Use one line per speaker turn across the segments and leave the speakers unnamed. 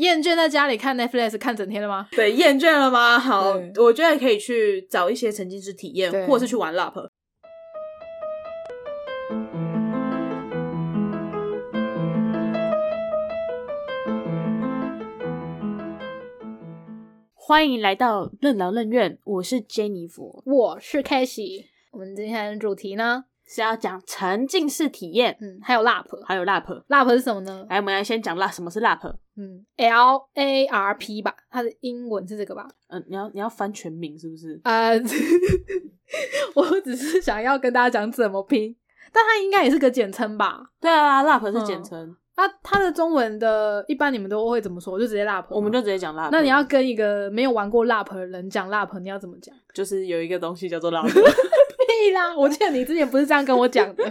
厌倦在家里看 Netflix 看整天了吗？
对，厌倦了吗？好
对，
我觉得可以去找一些沉浸式体验
对，
或者是去玩 LARP。
欢迎来到任劳任怨，我是 Jennifer，
我是 k a s h y 我们今天的主题呢，
是要讲沉浸式体验，
嗯，还有 LARP，LARP
还有 LARP。
是什么呢？
来，我们来先讲 LARP，什么是 LARP？
嗯，L A R P 吧，它的英文是这个吧？
嗯、你要你要翻全名是不是？
呃， 我只是想要跟大家讲怎么拼，但它应该也是个简称吧？
对啊，LARP
嗯
是简称，
啊，它的中文的一般你们都会怎么说？我就直接 LARP，
我们就直接讲 LARP。
那你要跟一个没有玩过 LARP 的人讲 LARP，你要怎么 讲？
就是有一个东西叫做 LARP，LARP
屁啦！我记得你之前不是这样跟我讲的。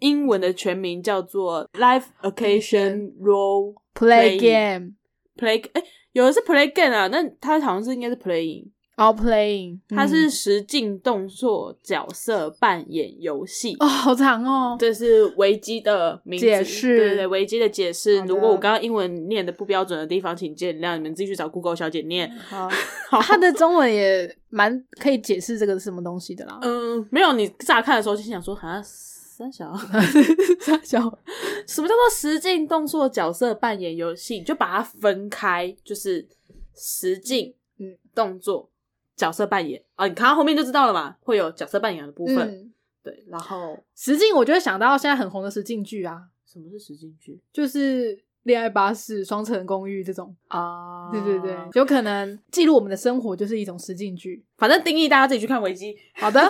英文的全名叫做 Live Occasion Role
Play
Playing
game,
Play，哎、有的是 Play Game 啊，那它好像是应该是 Playing。
all playing，
它
嗯
是实境动作角色扮演游戏。
哦，好长哦。
这是维基的名字
解释
对对对，维基的解释。
好的
如果我刚刚英文念的不标准的地方，请见谅，你们自己去找 Google 小姐念。
好， 它的中文也蛮可以解释这个是什么东西的啦。
嗯，没有，你乍看的时候就想说，啊，三小，
傻笑，
什么叫做实境动作角色扮演游戏？你就把它分开，就是实境，
嗯
嗯，动作角色扮演啊，你看到后面就知道了嘛，会有角色扮演的部分。
嗯，
对，然后
实境我就会想到现在很红的实境剧啊，
什么是实境剧
就是《恋爱巴士》《双层公寓》这种。
啊
对对对，有可能记录我们的生活就是一种实境剧。
反正定义大家自己去看维基。
好 的，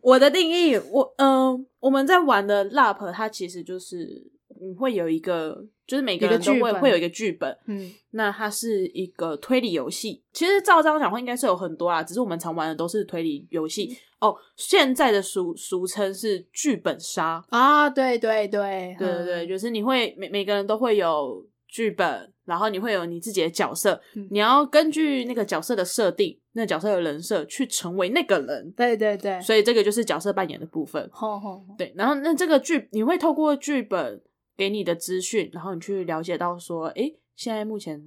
我的定义，我嗯、我们在玩的 LARP，它其实就是你会有一个，就是每个人都
一个剧
会
本
会有一个剧本。
嗯，
那它是一个推理游戏，其实照这样讲话应该是有很多啦，只是我们常玩的都是推理游戏
嗯
哦。现在的俗俗称是剧本杀，
啊，对对对，嗯
对对对，就是你会每每个人都会有剧本，然后你会有你自己的角色，
嗯
你要根据那个角色的设定，那角色的人设去成为那个人，
对对对，
所以这个就是角色扮演的部分。
吼吼吼，
对，然后那这个剧你会透过剧本给你的资讯，然后你去了解到说，诶，现在目前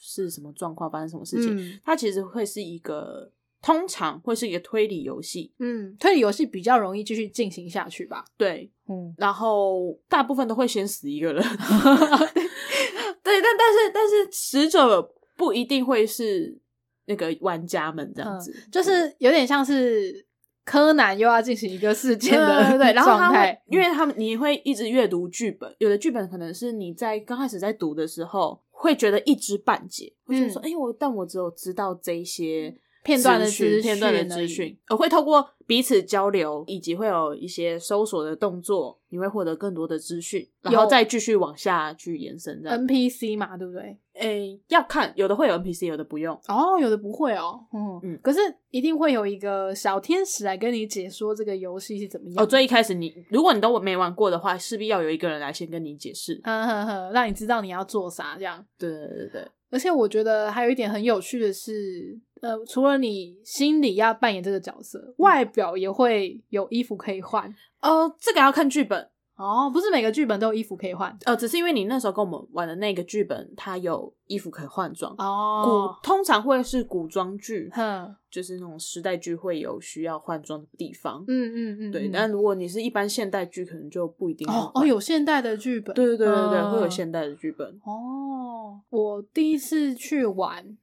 是什么状况，发生什么事情？
嗯
它其实会是一个通常会是一个推理游戏，
嗯，推理游戏比较容易继续进行下去吧。
对，
嗯，
然后大部分都会先死一 个人，对，但但是但是死者不一定会是那个玩家们这样
嗯
子，
就是有点像是柯南又要进行一个事件的
对对 对，然后他
状
会嗯
态，，
因为他们你会一直阅读剧本，有的剧本可能是你在刚开始在读的时候会觉得一知半解，会觉得说，哎、我但我只有知道这一些
片段的
资
资
讯片段的
讯而已
资讯，呃，会透过彼此交流，以及会有一些搜索的动作，你会获得更多的资讯，然后
有
再继续往下去延伸这样。
NPC 嘛，对不对？
哎、要看有的会有 NPC，有的不用。
哦，有的不会哦，嗯
嗯
可是一定会有一个小天使来跟你解说这个游戏是怎么样。
哦，最一开始你如果你都没玩过的话，势必要有一个人来先跟你解释。
呵呵呵，让你知道你要做啥这样。
对对对对，
而且我觉得还有一点很有趣的是，呃，除了你心里要扮演这个角色，
嗯
外表也会有衣服可以换。
哦，这个要看剧本。
哦，不是每个剧本都有衣服可以换
呃，只是因为你那时候跟我们玩的那个剧本，它有衣服可以换装。
哦
古。通常会是古装剧，
哼，
就是那种时代剧会有需要换装的地方。
嗯嗯嗯，
对，
嗯
但如果你是一般现代剧，可能就不一定会
哦哦，
换
有现代的剧本，
对对对对对，
嗯
会有现代的剧本。
哦，我第一次去玩，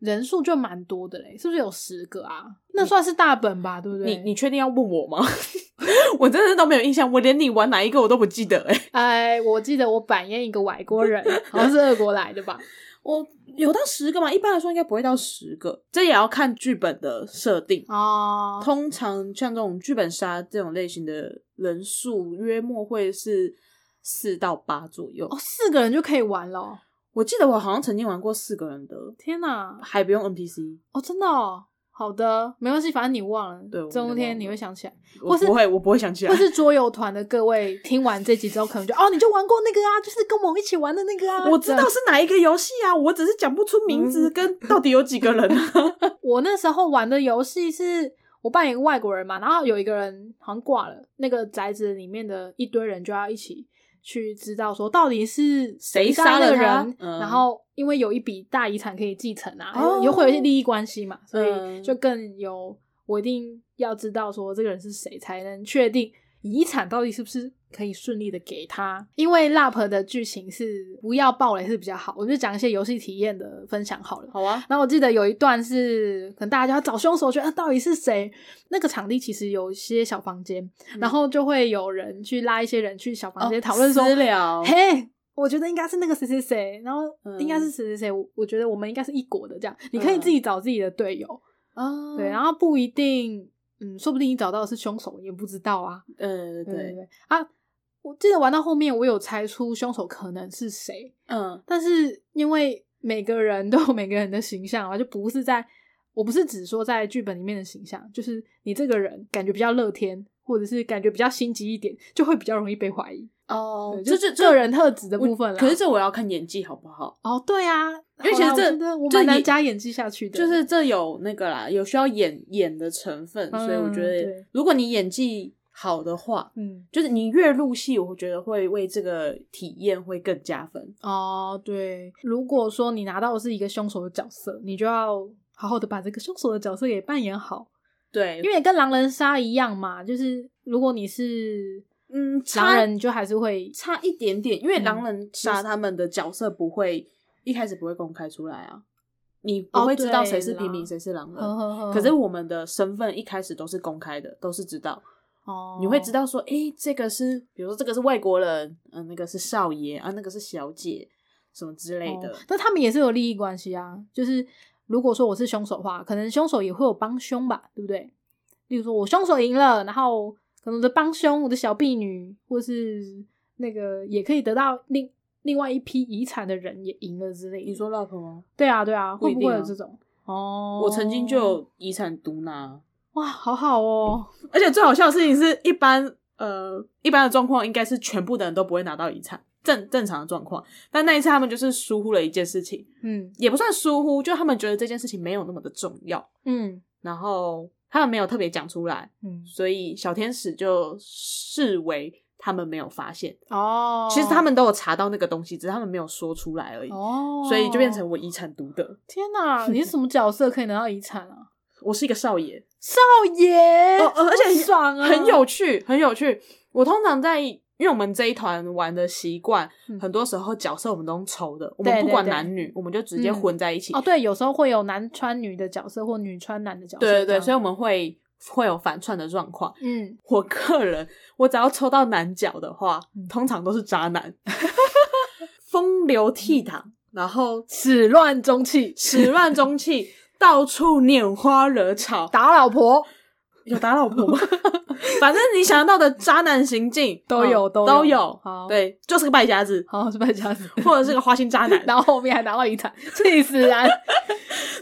人数就蛮多的嘞，是不是有十个啊？那算是大本吧，对不对？
你你确定要问我吗？ 我真的是都没有印象，我连你玩哪一个我都不记得哎、
哎，我记得我板验一个外国人，好像是俄国来的吧？
我有到十个吗？一般来说应该不会到十个，这也要看剧本的设定。
哦，
通常像这种剧本杀这种类型的人数，约莫会是四到八左右。
哦，四个人就可以玩了哦，
我记得我好像曾经玩过四个人的，
天哪！
还不用 NPC，
哦，真的哦，好的，没关系，反正你忘了，
对我
总有一
忘
天
了啊
你会想起来。
我
是
不会，我不会想起来
或。是桌游团的各位听完这集之后，可能就哦，你就玩过那个啊，就是跟我们一起玩的那个啊。
我知
这
道
样
是哪一个游戏啊，我只是讲不出名字
嗯
跟到底有几个人啊。
我那时候玩的游戏是我扮演一个外国人嘛，然后有一个人好像挂了，那个宅子里面的一堆人就要一起去知道说到底是
谁
杀
杀了
个
他
人，
嗯
然后因为有一笔大遗产可以继承啊，
哦
也会有一些利益关系嘛，所以
嗯
就更有我一定要知道说这个人是谁，才能确定遗产到底是不是可以顺利的给他。因为 LAP 的剧情是不要暴雷是比较好，我就讲一些游戏体验的分享好了。
好啊，
然后我记得有一段是，可能大家就要找凶手，觉得、啊、到底是谁？那个场地其实有一些小房间，
嗯
然后就会有人去拉一些人去小房间讨论说，
哦私聊，
哦嘿，我觉得应该是那个谁谁谁，然后
嗯
应该是谁谁谁，我我觉得我们应该是一国的这样，你可以自己找自己的队友，
啊
对，然后不一定，嗯，说不定你找到的是凶手也不知道啊，
呃，
对
对，
对啊。我记得玩到后面，我有猜出凶手可能是谁，
嗯，
但是因为每个人都有每个人的形象啊，就不是在，我不是只说在剧本里面的形象，就是你这个人感觉比较乐天，或者是感觉比较心机一点，就会比较容易被怀疑。
哦
对
这
就
这
是个人特质的部分啦。
可是这我要看演技好不好？
哦，对啊，
因为其实
好啦
这
我觉得我
这
蛮难
也
加演技下去的，
就是这有那个啦，有需要演演的成分，所以我觉
嗯对
得如果你演技好的话，
嗯，
就是你越入戏，我觉得会为这个体验会更加分。
哦，对，如果说你拿到的是一个凶手的角色，你就要好好的把这个凶手的角色给扮演好，
对，
因为跟狼人杀一样嘛，就是如果你是
嗯，
狼
差
人，你就还是会
差一点点，因为
嗯
狼人杀他们的角色不会一开始不会公开出来啊，你不
哦
会知道
对
谁是
啦
平民，谁是狼
呵
人。
呵呵。
可是我们的身份一开始都是公开的，都是知道，
哦，
你会知道说，诶，这个是，比如说这个是外国人，嗯、那个是少爷啊，那个是小姐，什么之类的。
哦但他们也是有利益关系啊。就是如果说我是凶手的话，可能凶手也会有帮凶吧，对不对？例如说我凶手赢了，然后可能我的帮凶，我的小婢女，或是那个也可以得到另另外一批遗产的人也赢了之类的。
你说 l o v 吗？
对啊，对啊，
不
会
一
不
定
会
啊
有这种？哦，
我曾经就有遗产毒拿，
哇，好好哦，
而且最好笑的事情是一般呃一般的状况应该是全部的人都不会拿到遗产，正正常的状况。但那一次他们就是疏忽了一件事情，
嗯
也不算疏忽，就他们觉得这件事情没有那么的重要，
嗯
然后他们没有特别讲出来，
嗯，
所以小天使就视为他们没有发现。
哦，
其实他们都有查到那个东西，只是他们没有说出来而已。
哦，
所以就变成我遗产独得，
天哪，你是什么角色可以拿到遗产啊？
我是一个少爷，
少爷，
哦呃而且
好爽啊，
很有趣，很有趣。我通常在，因为我们这一团玩的习惯，
嗯
很多时候角色我们都用抽的，我
对
们不管
对对
男女，我们就直接
嗯
混在一起。
哦，对，有时候会有男穿女的角色或女穿男的角色这
对对
样。
对，所以我们会会有反串的状况。
嗯，
我个人，我只要抽到男角的话
嗯，
通常都是 渣男，风流倜傥，然后
始乱终弃，
始乱终弃，到处拈花惹草，
打老婆，
有打老婆吗？ 反正你想得到的渣男行径
都有
嗯
都有
都有
好。
对，就是个败家子，
好是败家子，
或者是个花心渣 男。
然后后面还拿到遗产， 气死人！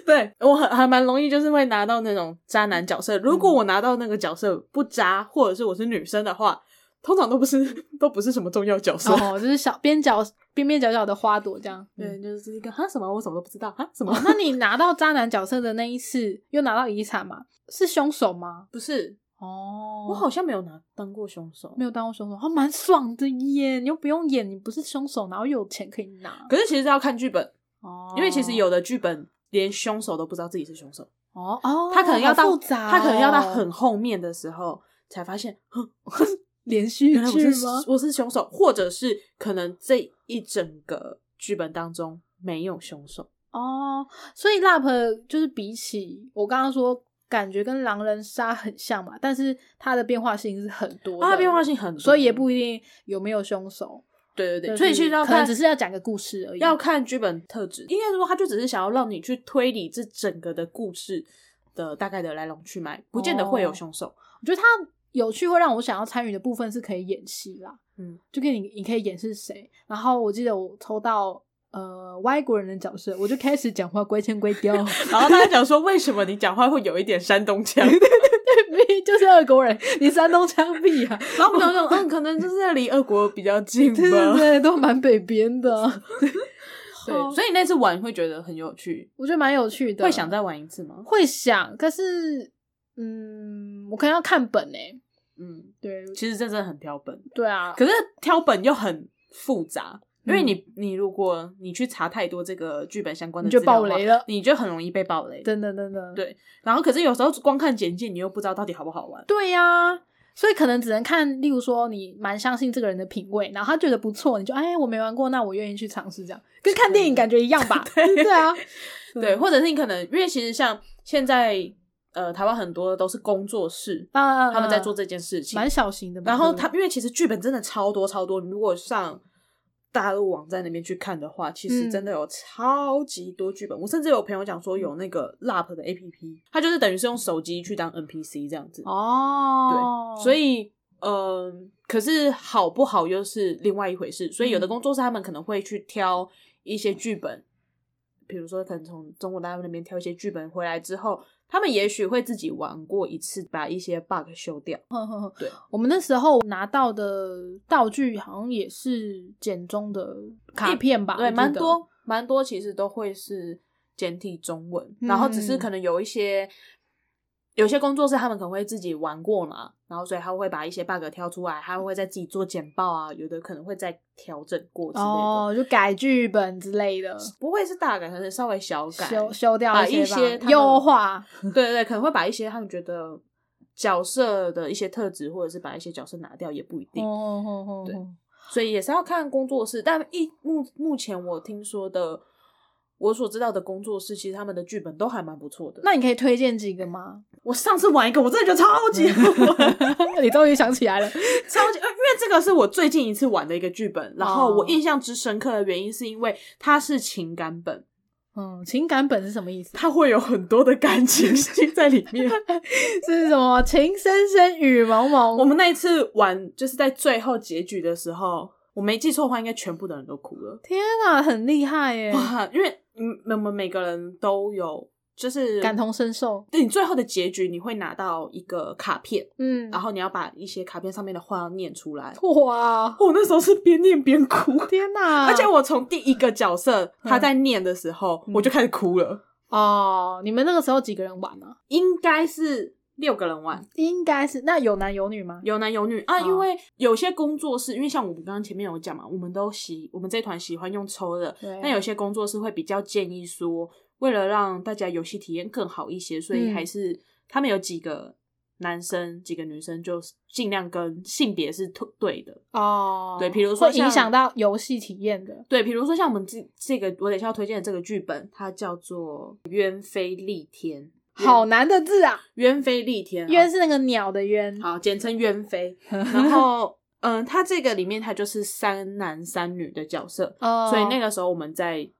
对我很还蛮容易，就是会拿到那种渣男角色。如果我拿到那个角色不渣，或者是我是女生的话，通常都不是都不是什么重要角色。
哦，就是小边角边边角角的花朵这样。
对，
嗯，
就是一个哈什么我什么都不知道哈什么
哦，那你拿到渣男角色的那一次，又拿到遗产嘛？是凶手吗？
不是，
哦，
我好像没有拿当过凶手
没。有当过凶手，还蛮爽的耶！你又不用演，你不是凶手，然后又有钱可以拿。
可是其实要看剧本，
哦，
因为其实有的剧本连凶手都不知道自己是凶手。
哦哦，
他可能要
好
到、
复杂哦
他可能要到很后面的时候才发现，哼，
连续
原来我
剧
是
吗？
我是凶手，或者是可能这一整个剧本当中没有凶手。
哦，所以 LAP 就是比起我刚刚说，感觉跟狼人杀很像嘛，但是它的变化性是很多的，
啊，它变化性很多，
所以也不一定有没有凶手。
对对
就
对，所以
是
其实要
可能
看
只是要讲个故事而已。
要看剧本特质。应该说，他就只是想要让你去推理这整个的故事的大概的来龙去脉，不见得会
哦
有凶手。
我觉得它有趣会让我想要参与的部分是可以演戏啦，
嗯，
就跟你你可以演是谁。然后我记得我抽到呃外国人的角色，我就开始讲话乖腔乖 调，
然后他还讲说，为什么你讲话会有一点山 东腔？
明明就是俄国人，你山东枪毙啊！
然后我想说，嗯，可能就是离俄国比较近吧。
对对对，都蛮北边的， 好
对，所以那次玩会觉得很有趣，
我觉得蛮有趣的。
会想再玩一次吗？
会想，可是嗯，我可能要看本诶、
嗯，
对
其实这真的很挑本，
对啊，
可是挑本又很复杂，因为
嗯
你你如果你去查太多这个剧本相关的
你就
资料的
爆
话
雷了
你就很容易被爆雷。
等等等等，
对然后可是有时候光看简介，你又不知道到底好不好玩。
对呀、所以可能只能看，例如说你蛮相信这个人的品味，然后他觉得不错，你就哎我没玩过，那我愿意去尝试这样，跟看电影感觉一样吧？
对
对啊，
对，或者是你可能因为其实像现在呃台湾很多都是工作室，
啊，
他们在做这件事情
蛮，小型的嘛，
然后
对
他因为其实剧本真的超多超多，你如果上大陆网站那边去看的话，其实
嗯
真的有超级多剧本。我甚至有朋友讲说有那个
嗯
LAP 的 APP，它就是等于是用手机去当 NPC 这样子。
哦，
对，所以呃，可是好不好又是另外一回事。所以有的
嗯
工作室他们可能会去挑一些剧本，比如说可能从中国大陆那边挑一些剧本回来之后，他们也许会自己玩过一次，把一些 bug 修掉。对，
我们那时候拿到的道具好像也是简中的卡片吧，
对，
我记
蛮
得
多蛮多，其实都会是简体中文，然后只
嗯
是可能有一些有些工作室他们可能会自己玩过嘛，然后所以他会把一些 bug 挑出来，他会再自己做简报啊，有的可能会再调整过之类的，
哦，就改剧本之类的，
不会是大改，可能稍微小改，
修修掉
把一
些
些
吧
他们
优化，
对对对，可能会把一些他们觉得角色的一些特质，或者是把一些角色拿掉，也不一定。
哦哦哦
对
哦
所以也是要看工作室。但一目目前我听说的，我所知道的工作室，其实他们的剧本都还蛮不错的。
那你可以推荐几个吗？
我上次玩一个，我真的觉得超级好玩，
你终于想起来了，
超级，呃因为这个是我最近一次玩的一个剧本，然后
哦
我印象之深刻的原因是因为它是情感本，
嗯，情感本是什么意思？
它会有很多的感情戏在里面。
是什么？情深深雨蒙蒙。
我们那一次玩就是在最后结局的时候，我没记错的话，应该全部的人都哭了。
天啊，很厉害耶，
哇，因为嗯，我们每个人都有就是
感同身受。
对你最后的结局，你会拿到一个卡片，
嗯，
然后你要把一些卡片上面的话念出来。哦
哇，
我那时候是边念边 哭，
天 哪！
而且我从第一个角色
嗯
他在念的时候，
嗯
我就开始哭了。
哦，你们那个时候几个人玩啊呢、
应该是六个人玩，
应该是那有男有女吗？
有男有女啊。
哦
因为有些工作室，因为像我们刚刚前面有讲嘛，我们都喜我们这团喜欢用抽的
对，
那有些工作室会比较建议说，为了让大家游戏体验更好一些，所以
嗯
还是、他们有几个。男生几个女生就尽量跟性别是对对的，
哦，
对比如说
会影
像
响到游戏体验的。
对，比如说像我们这这个我等一下要推荐的这个剧本，它叫做《鸢飞戾天》，
好难的字啊！
鸢飞戾天，啊
鸢是那个鸟的鸢，
好，简称 鸢飞。然后，嗯，它这个里面它就是三男三女的角色，
哦，
所以那个时候我们在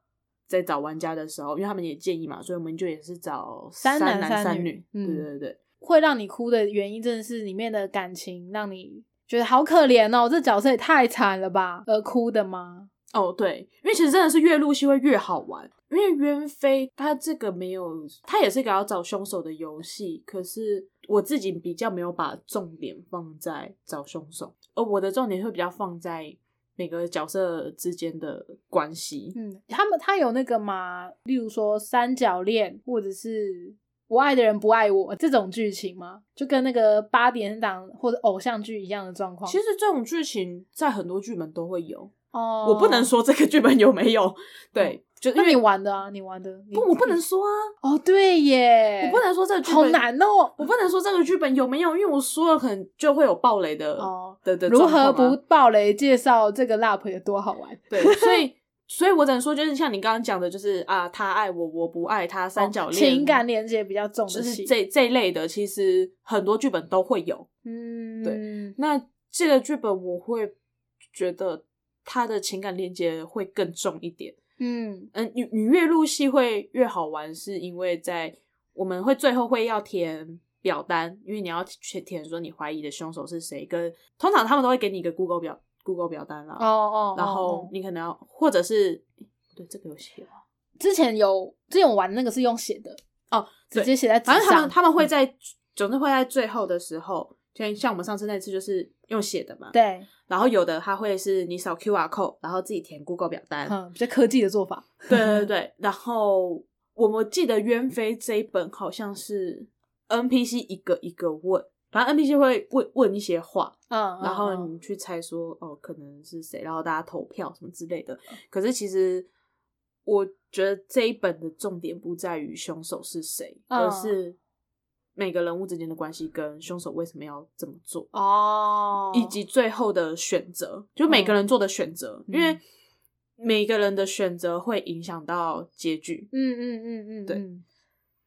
在找玩家的时候，因为他们也建议嘛，所以我们就也是找
三男
男
三
三
女嗯
对对对，
会让你哭的原因，真的是里面的感情让你觉得好可怜哦，这角色也太惨了吧，而哭的吗？
哦对，因为其实真的是越入戏会越好玩。因为鸢飞它这个没有，它也是一个要找凶手的游戏，可是我自己比较没有把重点放在找凶手，而我的重点会比较放在每个角色之间的关系。
嗯，他们他有那个吗？例如说三角恋，或者是我爱的人不爱我这种剧情吗？就跟那个八点档或者偶像剧一样的状况。
其实这种剧情在很多剧本都会有，
哦，嗯
我不能，说这个剧本有没有，对，就因
那你
为
玩的啊，你玩的，你
不，我不能说啊，
哦，对耶，
我不能说这个剧
好
本，
难哦。
我不能说这个剧本有没有，因为我说了可能就会有暴雷的
哦
的的
如
状况
何
啊
不暴雷介绍这个 LAP 有多好玩？
对，所以。所以，我只能说，就是像你刚刚讲的，就是啊，他爱我，我不爱他，三角
哦
恋、
情感连接比较重
就
的
是
戏，
这这一类的，其实很多剧本都会有。
嗯，
对那这个剧本，我会觉得他的情感连接会更重一点。
嗯，
嗯，你你越入戏会越好玩，是因为在我们会最后会要填表单，因为你要去填说你怀疑的凶手是谁，跟通常他们都会给你一个 Google 表 Google 表单啦，
哦哦，
然
哦
后
哦
你可能要或者是对这个游戏吧
之前有之前我玩那个是用写的，
哦，
直
对
接写在纸
反
上，
正他们他
嗯
们会在、总之会在最后的时候，就像我们上次那次就是用写的嘛，，
嗯对，
然后有的他会是你扫 QR code，然后自己填 Google 表单，
嗯，比较科技的做法，
对对对，然后我们记得《鸢飞》这一本好像是 NPC 一个一个问，反正 NPC 会问问一些话，
嗯，
然后
嗯
你去猜说哦可能是谁，然后大家投票什么之类的。可是其实我觉得这一本的重点不在于凶手是谁，
嗯
而是每个人物之间的关系跟凶手为什么要这么做。
哦，
以及最后的选择，就每个人做的选择，
嗯
因为每个人的选择会影响到结局。
嗯嗯嗯嗯，
对
嗯。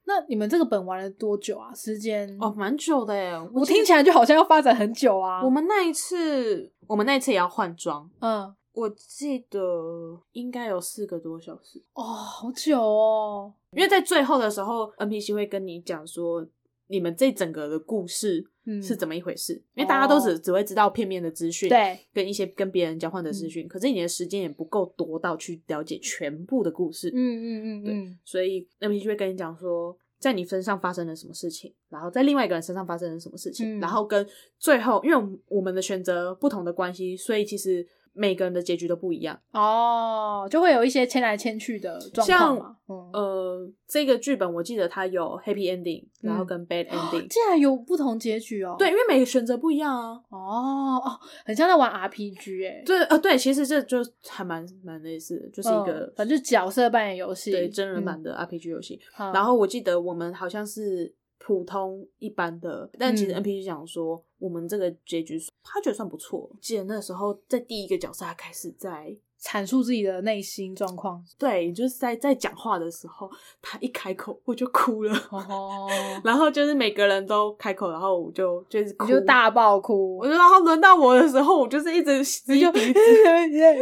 那你们这个本玩了多久啊？时间
哦，，蛮久的耶！
我听起来就好像要发展很久啊。
我们那一次，我们那一次也要换装，
嗯，
我记得应该有四个多小时，
哦，好久哦，
因为在最后的时候，NPC 会跟你讲说你们这整个的故事
嗯，哦
是怎么一回事，因为大家都只只会知道片面的资讯，，
对，嗯
跟一些跟别人交换的资讯，可是你的时间也不够多到去了解全部的故事，
嗯嗯嗯嗯，
所以那边就会跟你讲说，在你身上发生了什么事情，然后在另外一个人身上发生了什么事情，
嗯
然后跟最后，因为我们我们的选择不同的关系，所以其实每个人的结局都不一样。
哦，就会有一些牵来牵去的状况嘛。嗯，
呃，这个剧本我记得它有 happy ending，
嗯
然后跟 bad ending，、
竟然有不同结局哦。
对，，因为每个选择不一样啊。
哦哦，很像在玩 RPG 哎、
对，呃，对，其实这就还蛮蛮类似的，就是一个、
嗯反正就角色扮演游戏，
对真人版的 RPG 游戏。
嗯。
然
后
后我记得我们好像是普通一般的，但其实
嗯
NPC 讲说、我们这个结局他觉得算不错。记得那时候在第一个角色他开始在
阐述自己的内心状况。
对，就是在在讲话的时候，他一开口我就哭了，
哦，
然后就是每个人都开口，然后我就就是哭
你就。大爆哭
我。就然后轮到我的时候，我就是一直吸 鼻子，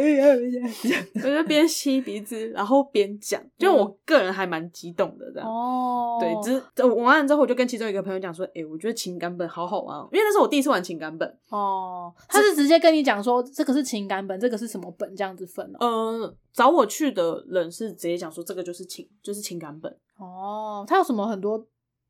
我就边吸鼻子，然后边讲，就我个人还蛮激动的这样。
嗯哦，
对，只是呃我玩完之后，我就跟其中一个朋友讲说，诶、我觉得情感本好好玩、哦，因为那是我第一次玩情感本。
哦，他是直接跟你讲说这个是情感本，这个是什么本这样子分哦。
嗯、找我去的人是直接讲说，这个就是情，就是情感本。
哦，他有什么很多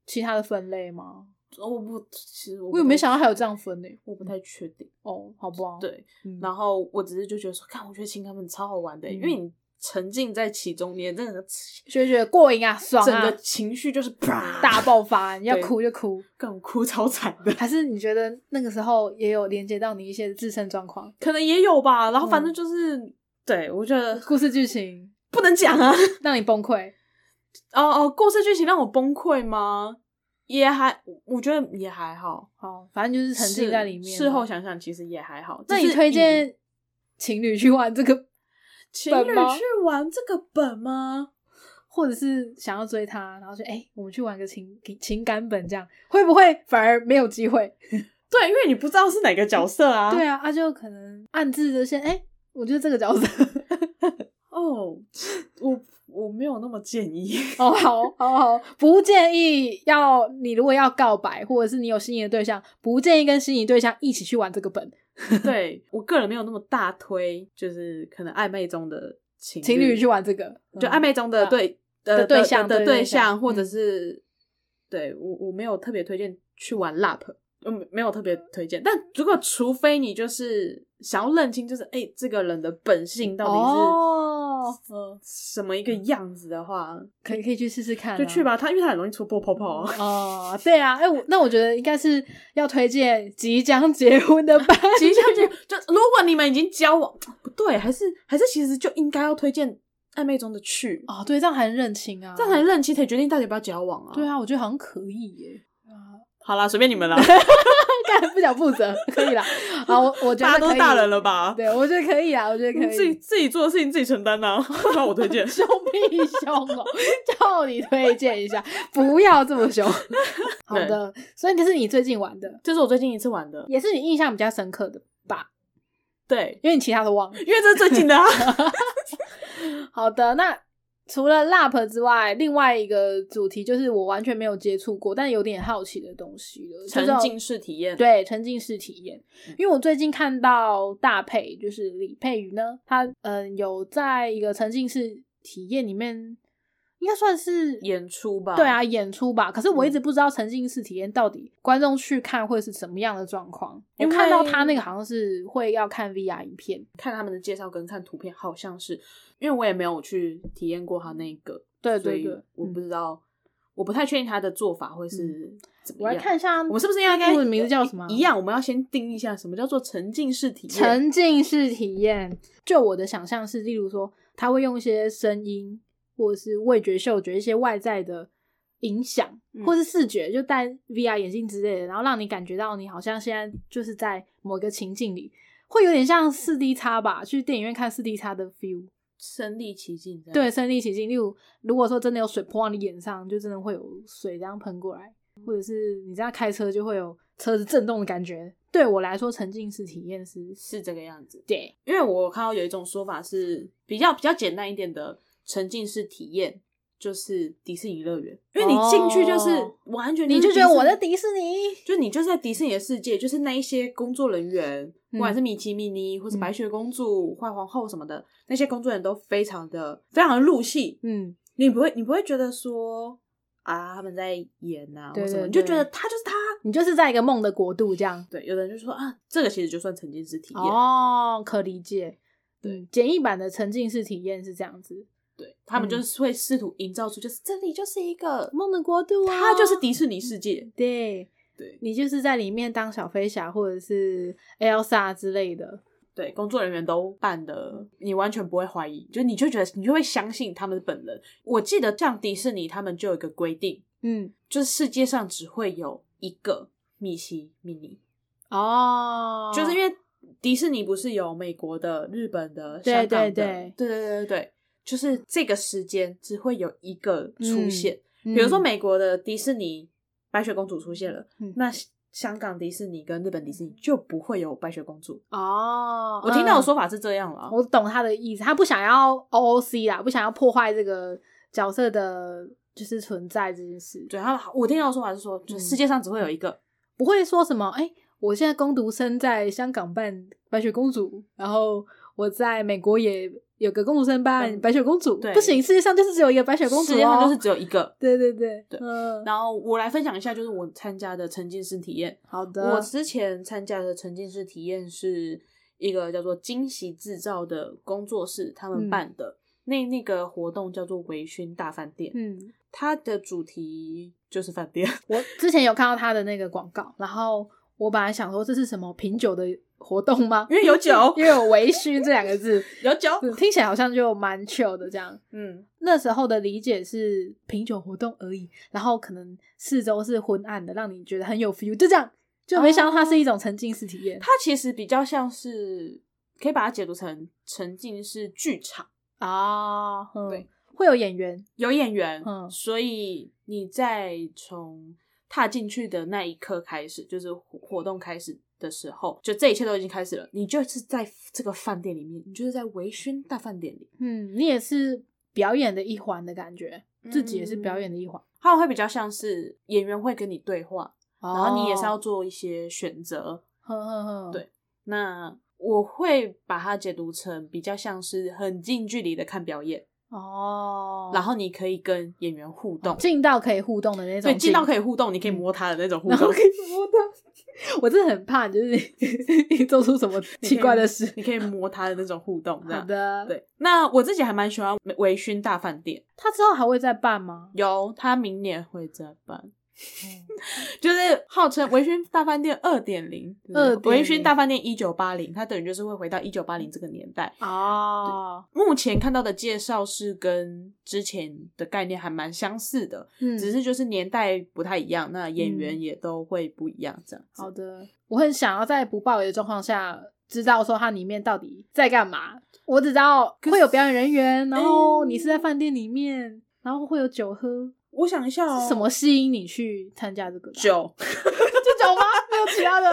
其他的分类吗？
哦，我不，其实我
我也没想到还有
这，
这样分类。
我不太确定。
哦，好吧。，
对，
嗯
然后我只是就觉得说，看，我觉得情感本超好玩的、欸因为你沉浸在其中，你的整个
学学过瘾啊，爽
整
啊
个，情绪就是啪
大，爆发，你要
对
哭就哭。
更哭超惨的，
还是你觉得那个时候也有连接到你一些自身状况、
可能也有吧。然后反
嗯
正就是，对我觉得
故事剧情
不能 讲啊。
让你崩溃？
哦哦，故事剧情让我崩溃吗？也还，我觉得也还好，
好，反正就是沉浸在里面。
事事后，想想，其实也还好。
那
只
你
是
推
以
荐情侣去玩这个，
情
本
侣
吗
去玩这个本吗？
或者是想要追他，然后说：“哎、我们去玩个情情感本，这样会不会反而没有机会？”
对，因为你不知道是哪个角色啊。
对啊，啊就可能暗自的先：“哎、我觉得这个角色
哦，我我没有那么建 议。
哦，好好好，不建议要你如果要告白，或者是你有心仪的对象，不建议跟心仪对象一起去玩这个本。
对我个人没有那么大推，就是可能暧昧中的情
情侣去玩这个，
就暧昧中的
嗯
对
的
呃的
对象
的
对
的
对
对
象
象，或者
嗯
是对我我没有特别推荐去玩 LAP，嗯，没有特别推荐。但如果除非你就是想要认清，就是哎、诶这个人的本性到
哦
底是什么一个样子的话，
可以可以去试试看、啊
就去。吧。他因为他很容易戳破泡泡。
哦，对啊，哎、我那我觉得应该是要推荐即将结婚的吧。
其实像这就如果你们已经交往，不对，还是还是其实就应该要推荐暧昧中的去，
哦，对，这样还能认清啊，
这样才能认清，才决定到底要不要交往啊。
对，啊，我觉得好像可以耶。
好啦，随便你 们啦，
干不想负责，可以啦。好，我我觉
大家
得
都
可以
大人了吧？
对，我觉得可以啊，我觉得可以。
自己自己做的事情自己承担呐、啊， 不然我推荐。
凶屁凶哦，叫你推荐一下，不要这么凶。 好的，所以这是你最近玩的，
这是我最近一次玩的，
也是你印象比较深刻的吧？
对，
因为你其他都忘了。
因为这是最近的、 啊。
好的，那除了 LAP 之外，另外一个主题就是我完全没有接触过，但有点好奇的东西了，就
沉
是
浸式嗯体验，，
对沉浸式体验。因为我最近看到大佩，就是李佩瑜呢，她嗯有在一个沉浸式体验里面，应该算是
演出吧
对啊，演出吧。可是我一
嗯
直不知道沉浸式体验到底观众去看会是什么样的状况。我
因
看到
为
他那个好像是会要看 VR 影片，
看他们的介绍跟看图片，好像是，因为我也没有去体验过他那个，
对
所
对
以
对，
我不
嗯
嗯知道，我不太确定他的做法会是怎
我
么
来
样。
看一下
我们是不是应该
我的名字叫什么啊
一样，我们要先定义一下什么叫做啊沉浸式体验。
沉浸式体验。就我的想象是，例如说，他会用一些声音，或者是味觉、嗅觉一些外在的影响，
嗯
或是视觉，就戴 VR 眼镜之类的，然后让你感觉到你好像现在就是在某一个情境里，会有点像四 D 叉吧，去电影院看四 D 叉的 feel。
身临其境这样，
对，身临其境。例如，如果说真的有水泼到你脸上，就真的会有水这样喷过来，或者是你这样开车就会有车子震动的感觉。对我来说，沉浸式体验是
是这个样子。
对，
因为我看到有一种说法是比较比较简单一点的沉浸式体验，就是迪士尼乐园，因为你进去就是
哦
完 全
你就
就
是觉得我在迪
迪士尼
士尼，
就你就是在迪士尼的世界，就是那一些工作人员，不管是
嗯
米奇、米妮，或是白雪公主、坏皇后什么的，那些工作人员都非常的非常的入戏，
嗯，
你不会你不会觉得说啊他们在演呐、啊、
对
或什么，
对
你就觉得
对
他就是他。
你就是在一个梦的国度这样。
对，有的人就说啊，这个其实就算沉浸式体验，
哦，可理解。
对
嗯，简易版的沉浸式体验是这样子，
对他
嗯
们就是会试图营造出就是这里就是一个
梦的国度啊，
它就是迪士尼世界。
对
对
你就是在里面当小飞侠或者是 Elsa 之类的，
对，工作人员都办的，你完全不会怀疑，就你就觉得你就会相信他们本人。我记得像迪士尼，他们就有一个规定，
嗯，
就是世界上只会有一个米奇、米妮，
哦，
就是因为迪士尼不是有美国的、日本的、
对
香港
对
的，对对对对对，就是这个时间只会有一个出现。比如说
嗯
美国的迪士尼白雪公主出现了，
嗯
那香港迪士尼跟日本迪士尼就不会有白雪公主。
哦，
我听到的
嗯
说法是这样了，
我懂他的意思，他不想要 OOC 啦，不想要破坏这个角色的，就是存在这件事，
对他们，我听到的说法是说，就
嗯
世界上只会有一个，
不会说什么哎、我现在攻读生在香港扮白雪公主，然后我在美国也有个攻读生扮
嗯
白雪公主，
对
不行，世界上就是只有一个白雪公主、哦，
世界上就是只有一个。
对对对
对
嗯，
然后我来分享一下，就是我参加的沉浸式体验。
好的，
我之前参加的沉浸式体验是一个叫做“惊喜制造”的工作室他们
嗯
办的，那那个活动叫做“微醺大饭店”，
嗯。
它的主题就是饭店。
我之前有看到他的那个广告，然后我本来想说这是什么品酒的活动吗？
因为 有酒
因为有微醺这两个字，
有酒，
嗯听起来好像就蛮 chill 的这样。
嗯，
那时候的理解是品酒活动而已，然后可能四周是昏暗的，让你觉得很有 feel，就这样。就没想到它是一种沉浸式体验
哦它其实比较像是可以把它解读成沉浸式剧场。
啊，嗯
对，
会有演员，
有演员，
嗯
所以你在从踏进去的那一刻开始，就是活活动开始的时候，就这一切都已经开始了。你就是在这个饭店里面，你就是在微醺大饭店里，
嗯，你也是表演的一环的感觉，自己也是表
嗯
演的一环，
他们会比较像是演员会跟你对话，
然
然后你也
哦
是要，做一些选择。
呵呵呵，
对那我会把它解读成比较像是很近距离的看表演，
哦，
然后你可以跟演员互动，
进到可以互动哦的那种，
对，进到
以，
可以互动，你可以摸他的那种互
然后
动
可。以摸到。我真的很怕，就是你你 做出什么奇怪的 事。
你可以摸它的那种互动，这
好
样。
的，，
对，那我自己还蛮喜欢微醺大饭店，
他之后还会再办吗？
有它明年会再办，
哦
就是号称微醺大饭店二点零，
2.0
微醺大饭店一九八零，它等于就是会回到一九八零这个年代。
哦，
目前看到的介绍是跟之前的概念还蛮相似的，
嗯，
只是就是年代不太一样，那演员
嗯
也都会不一样，这样子。
好的，我很想要在不暴雷的状况下知道说它里面到底在干嘛。我只知道会有表演人员，然后你是在饭店里面，然后会有酒喝，
我想一下哦，
是什么吸引你去参加这个的啊？
酒？
就酒吗？没有其他 的。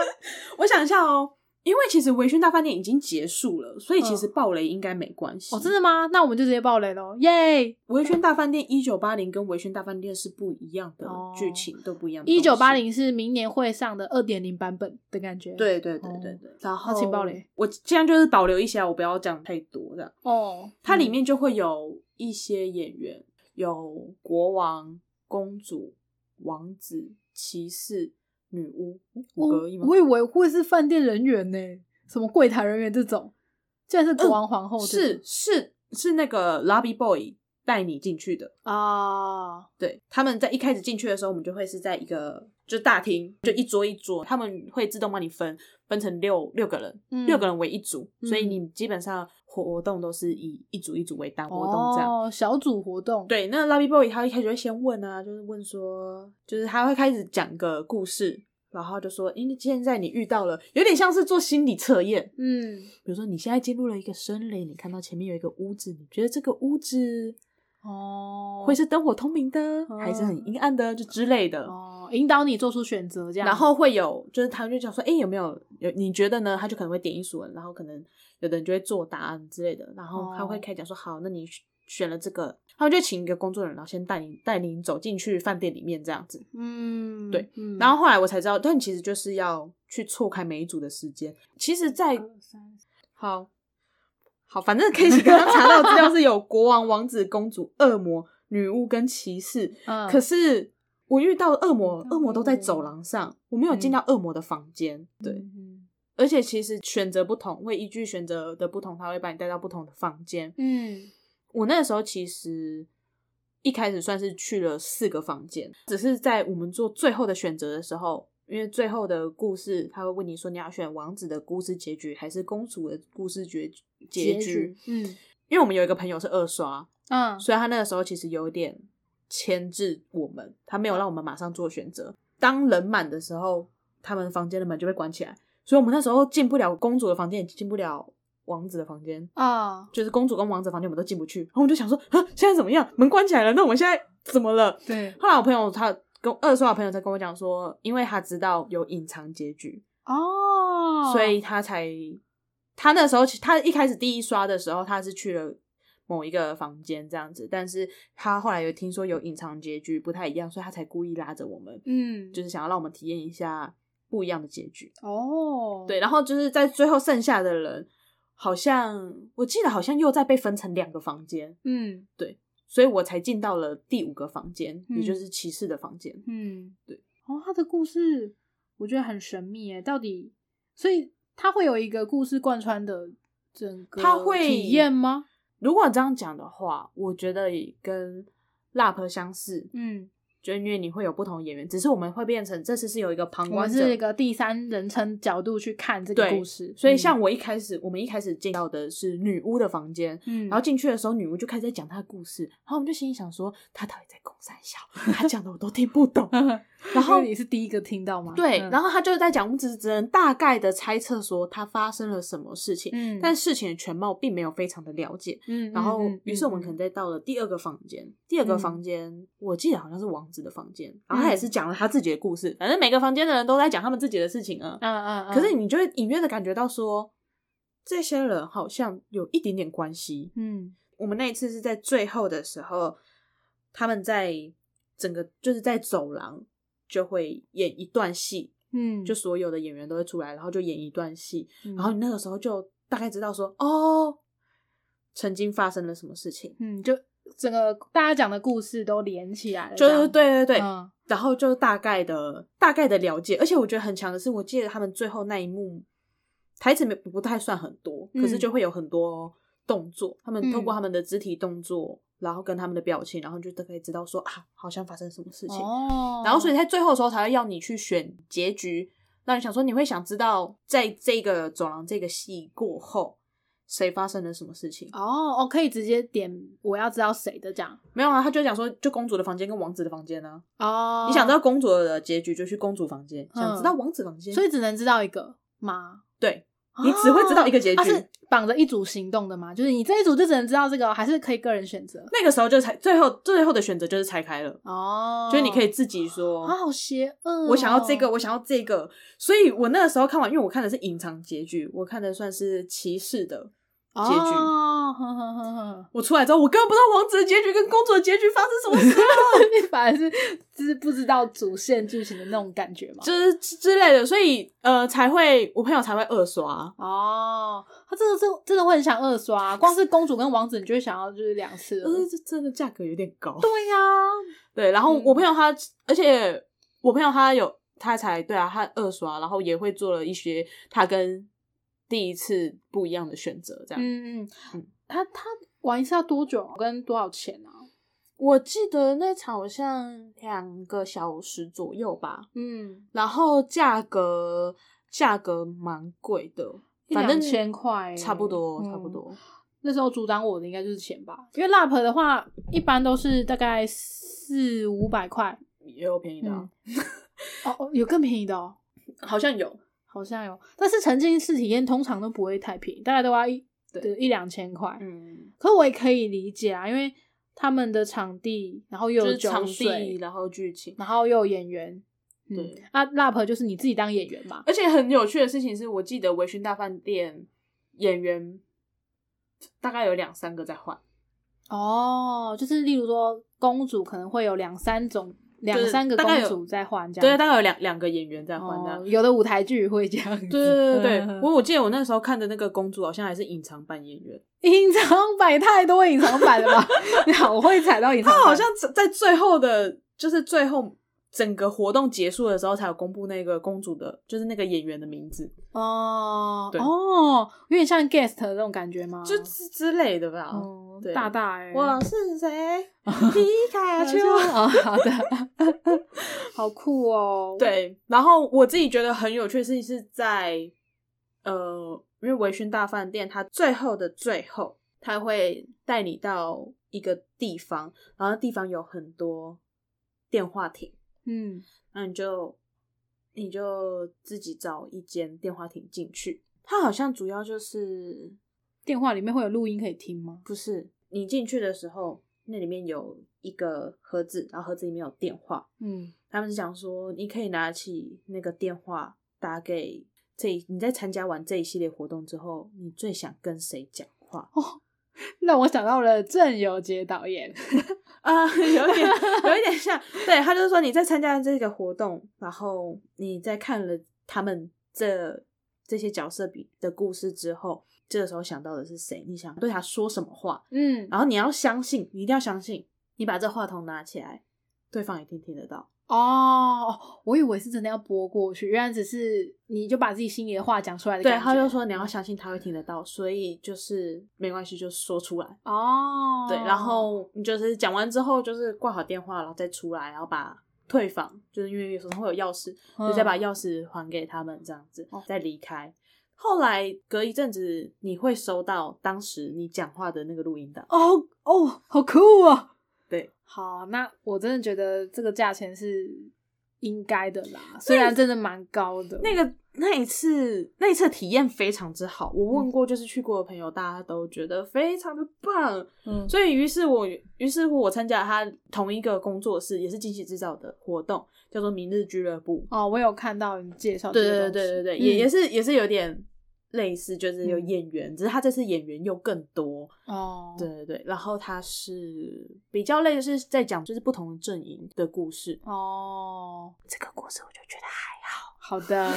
我想一下哦，因为其实微醺大饭店已经结束了，所以其实
嗯
暴雷应该没关系。
哦，真的吗？那我们就直接暴雷喽，耶！
微醺大饭店一九八零跟微醺大饭店是不一样的剧情，都不一样的东西。
哦一九八零是明年会上的二点零版本的感觉。，
对，对对对对。然后
哦好请爆雷，
我尽量就是保留一些，我不要讲太多这样。
哦，
它里面就会有一些演员，有国王、公主、王子、骑士、女巫五
我
个而已吗？
哦我以为会是饭店人员呢，什么
嗯
柜台人员这种，竟然是国王皇后这种、
是是是那个 Lobby Boy 带你进去的。
啊，
对，他们在一开始进去的时候，我们就会是在一个就是大厅，就一桌一桌，他们会自动帮你分分成六六个人，
嗯
六个人为一组，
嗯
所以你基本上活动都是以一组一组为单活动这样。
哦，小组活动，，
对，那 Lobby Boy 他一开始会先问啊，就是问说，就是他会开始讲个故事，然后就说，因为现在你遇到了，有点像是做心理测验，
嗯，
比如说你现在进入了一个森林，你看到前面有一个屋子，你觉得这个屋子
哦，
会是灯火通明的，还是很阴暗的，就之类的。
哦，引导你做出选择这样，
然后会有，就是他们就讲说，哎、有没有有？你觉得呢？他就可能会点一数人，然后可能有的人就会做答案之类的，然后他会
哦
开始讲说，好，那你选选了这个，他们就请一个工作人员，然后先带你带你走进去饭店里面这样子。
嗯，
对
嗯，
然后后来我才知道，但其实就是要去错开每一组的时间。其实在，
二三四
好好，反正 K 以刚刚查到的资料是有国王、王子、公主、恶魔、女巫跟骑士，
嗯，
可是我遇到恶魔
遇，到
恶魔都在
恶魔
走廊上，我没有进
嗯
到恶魔的房间。对，
嗯
而且其实选择不同，会依据选择的不同，他会把你带到不同的房间。
嗯
我那时候其实一开始算是去了四个房间，只是在我们做最后的选择的时候，因为最后的故事他会问你说你要选王子的故事结局还是公主的故事结结局。
嗯
因为我们有一个朋友是二刷，
嗯，
所以他那个时候其实有点牵制我们，他没有让我们马上做选择。当人满的时候，他们房间的门就被关起来，所以我们那时候进不了公主的房间，也进不了王子的房间，
啊，
就是公主跟王子的房间我们都进不去。然后我们就想说，啊，现在怎么样？门关起来了，那我们现在怎么了？
对，
后来我朋友他跟二刷的朋友才跟我讲说，因为他知道有隐藏结局，
哦，
所以他才他那时候其他一开始第一刷的时候，他是去了某一个房间这样子，但是他后来有听说有隐藏结局不太一样，所以他才故意拉着我们，
嗯，
就是想要让我们体验一下不一样的结局。
哦，
对，然后就是在最后剩下的人，好像我记得好像又再被分成两个房间，
嗯
所以我才进到了第五个房间，
嗯
也就是骑士的房间。
嗯，
对。
哦，他的故事我觉得很神秘耶，到底，所以他会有一个故事贯穿的整个
他会
体验吗？？
如果这样讲的话，我觉得也跟 lap 相似，
嗯，
就因为你会有不同的演员，只是我们会变成这次是有一个旁
我
观
们
者，
是一个嗯第三人称角度去看这个
对嗯
故事，
所以像我一开始，我们一开始见到的是女巫的房间，
嗯，嗯
然后进去的时候，女巫就开始在讲她的故事，然后我们就心里想说，她到底在攻三小，她讲的我都听 不懂。 然后
因为你是第一个听到嗯吗？
对，然
后
后她就在讲，我们只只能大概的猜测说她发生了什么事情，
嗯，
但事情的全貌并没有非常的了解。
嗯，
然后
嗯，
于是我们可能，再到了第二个房间。第二个
嗯
房间，我记得好像是王子的房间，然后他也是讲了他自己的故事。反正每个房间的人都在讲他们自己的事情啊。
嗯嗯嗯嗯，
可是你就会隐约的感觉到说，这些人好像有一点点关系。
嗯
我们那一次是在最后的时候，他们在整个就是在走廊就会演一段戏，
嗯，
就所有的演员都会出来，然后就演一段戏。
嗯
然后你那个时候就大概知道说，哦，曾经发生了什么事情。
嗯，就整个大家讲的故事都连起来了这
就
样，
是对对对，
嗯
然后就大概的大概的了解，而且我觉得很强的是，我记得他们最后那一幕台词没不太算很多，
嗯
可是就会有很多动作，他们
嗯
透过他们的肢体动作，然后跟他们的表情，然后就都可以知道说啊，好像发生什么事情，
哦，
然后所以在最后的时候才会要你去选结局，让你想说你会想知道在这个走廊这个戏过后。谁发生了什么事情？
哦哦，可以直接点我要知道谁的这样
没有啊，他就讲说，就公主的房间跟王子的房间呢、
哦，
啊。你想知道公主的结局就去公主房间，
嗯
想知道王子房间，
所以只能知道一个吗？哦
对你只会知道一个结
它、
局。
啊是绑着一组行动的吗？就是你这一组就只能知道这个，还是可以个人选择？
那个时候就才最后最后的选择就是拆开了，
哦，
就是你可以自己说，
啊，好邪恶哦、
我想要这个，我想要这个。所以我那个时候看完，因为我看的是隐藏结局，我看的算是骑士的结局。
哦，呵呵呵呵，
我出来之后，我根本不知道王子的结局跟公主的结局发生什么事，
你反而是知不知道主线剧情的那种感觉吗？
就是之类的，所以呃才会我朋友才会二刷。
哦，他真的是真的会很想二刷、啊光是公主跟王子，你就会想要就是两次了。嗯
呃，这真的价格有点高。
对呀、
对，然后
嗯
我朋友他，而且我朋友他有他才对啊，他二刷，然后也会做了一些他跟第一次不一样的选择，这样。
嗯嗯
嗯
嗯，他他玩一次要多久啊跟多少钱啊？
我记得那场好像两个小时左右吧，
嗯，
然后价格价格蛮贵的，反正
千块，
差不多
嗯
差不。多。
那时候阻挡我的应该就是钱吧，因为 LAP 的话一般都是大概四五百块，
也有便宜的、啊，
哦哦，有更便宜的哦，
好像有，
嗯
好像有，但是沉浸式体验通常都不会太便宜，大概都要一
对
对一两千块。
嗯，
可我也可以理解啊，因为他们的场地，然后又
就
有
是
酒
场地，
水，
然后剧情，
然后又有演员，嗯
对。
啊，LAP 就是你自己当演员嘛，
而且很有趣的事情是，我记得《微醺大饭店》演员大概有两三个在换，
哦，就是例如说公主可能会有两三种，两
就是
三个
大概
公
有
主在换这
对，
样，
大概有两两个演员在换的。
哦，有的舞台剧会这样子，
对对对对，
嗯
我我记得我那时候看的那个公主好像还是隐藏版演员，
隐藏版也太多隐藏版了吧？ 你好我会踩到隐藏版，
她好像在在最后的，就是最后整个活动结束的时候才有公布那个公主的，就是那个演员的名字，
哦
对
哦，有点像 guest 那种感觉吗？
就之之类的吧。
哦
对
大大哎、欸，
哦嗯我是谁？ 皮卡 丘。
啊、好的，好酷哦。，
对，然后我自己觉得很有趣的事情是在，呃，因为微醺大饭店，它最后的最后，它会带你到一个地方，然后地方有很多电话亭，
嗯，
那你就你就自己找一间电话亭进去。它好像主要就是
电话里面会有录音可以听吗？
不是你进去的时候，那里面有一个盒子，然后盒子里面有电话，
嗯，
他们是想说，你可以拿起那个电话打给这一你在参加完这一系列活动之后，你最想跟谁讲话？
让我想到了郑有杰导演。
啊、 有一点，有一点像。对，他就是说你在参加这个活动，然后你在看了他们这这些角色比的故事之后，这个时候想到的是谁？你想对他说什么话？
嗯，
然后你要相信，你一定要相信，你把这话筒拿起来，对方一定听得到。
哦，我以为是真的要播过去，原来只是你就把自己心里的话讲出来的
对，
感觉。嗯
他就说你要相信他会听得到，所以就是没关系，就说出来。
哦，
对，然后你就是讲完之后，就是挂好电话，然后再出来，然后把退房，就是因为有时候会有钥匙，就再把钥匙还给他们，这样子
嗯哦
再离开。后来隔一阵子，你会收到当时你讲话的那个录音档。
哦哦，好酷哦！
对，
好，那我真的觉得这个价钱是应该的啦，虽然真的蛮高的。
那个那一次，那一次体验非常之好。我
嗯
问过，就是去过的朋友，大家都觉得非常的棒。
嗯，
所以于是我，于是乎我参加了他同一个工作室，也是惊喜制造的活动，叫做明日俱乐部。
哦，我有看到你介绍这
对
个
对
东
对
西，
对对，
嗯
也也是也是有点类似，就是有
嗯
演员，只是他这次演员又更多。
哦，
对对对，然后他是比较类似在讲就是不同阵营的故事。
哦，
这个故事我就觉得
好 的。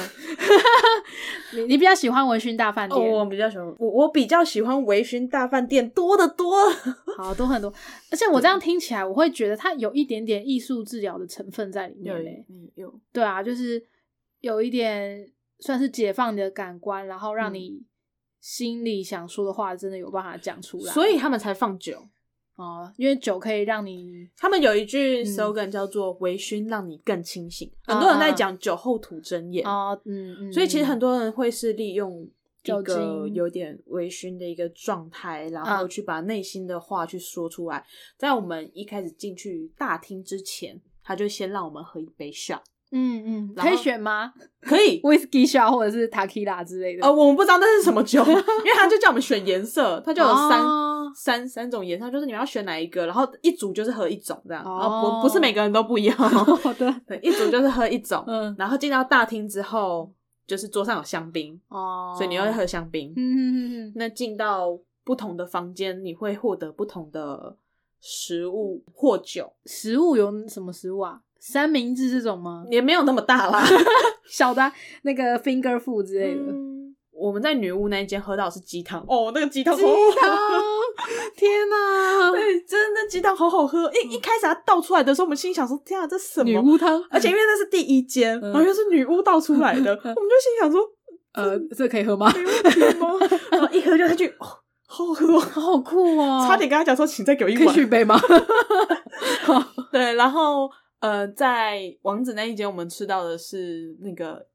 你你比较喜欢文勋大饭店？
哦，我比较喜欢我我比较喜欢微醺大饭店多的多了。
好多很多，而且我这样听起来，我会觉得它有一点点艺术治疗的成分在里面嘞。
嗯有，
对啊，就是有一点算是解放你的感官，然后让
嗯
你心里想说的话真的有办法讲出来。
所以他们才放酒。
哦，因为酒可以让你
他们有一句
嗯
slogan 叫做“微醺让你更清醒”，
啊
很多人在讲酒后吐真言，
哦，嗯嗯，
所以其实很
多
多人会是利用一
酒
个
精
有点微醺的一个状态，然后
啊
去把内心的话去说出来。在我们一开始进去大厅之前，他就先让我们喝一杯 shot，
嗯嗯，
然
可以
后
选吗
可以。
？Whisky shot 或者是 Tequila 之类的。
呃，我们不知道那是什么 酒，因为他就叫我们选颜色，他就有三、
哦
三三种颜色，就是你们要选哪一个，然后一组就是喝一种这样，然后
哦
不不是每个人都不一 样，
好的，
对，一组就是喝一种，
嗯
然后进到大厅之后，就是桌上有香槟，
哦，
所以你要喝香槟。
嗯，嗯嗯嗯
那进到不同的房间，你会获得不同的食物或酒，
食物有什么食物啊？三明治这种吗？
也没有那么大 啦。
小的啊那个 finger food 之类的。
嗯 我们在女巫那一间喝到的是鸡汤，哦，那个鸡汤
鸡
好 好喝。
汤，天哪！
对，真的那鸡汤好好喝。一一开始它倒出来的时候，我们心想说：“天啊，这什么？”
女巫汤，
而且因为那是第一间，
嗯
然后又是女巫倒出 来的，我们就心想说：“
呃，这可以喝吗？
女巫女吗？”然后一喝就下去，哦，好恶哦
好酷哦！
差点跟他讲说，请再给我一
可以续
碗。
杯吗？
对，然后呃，在王子那一间，我们吃到的是那个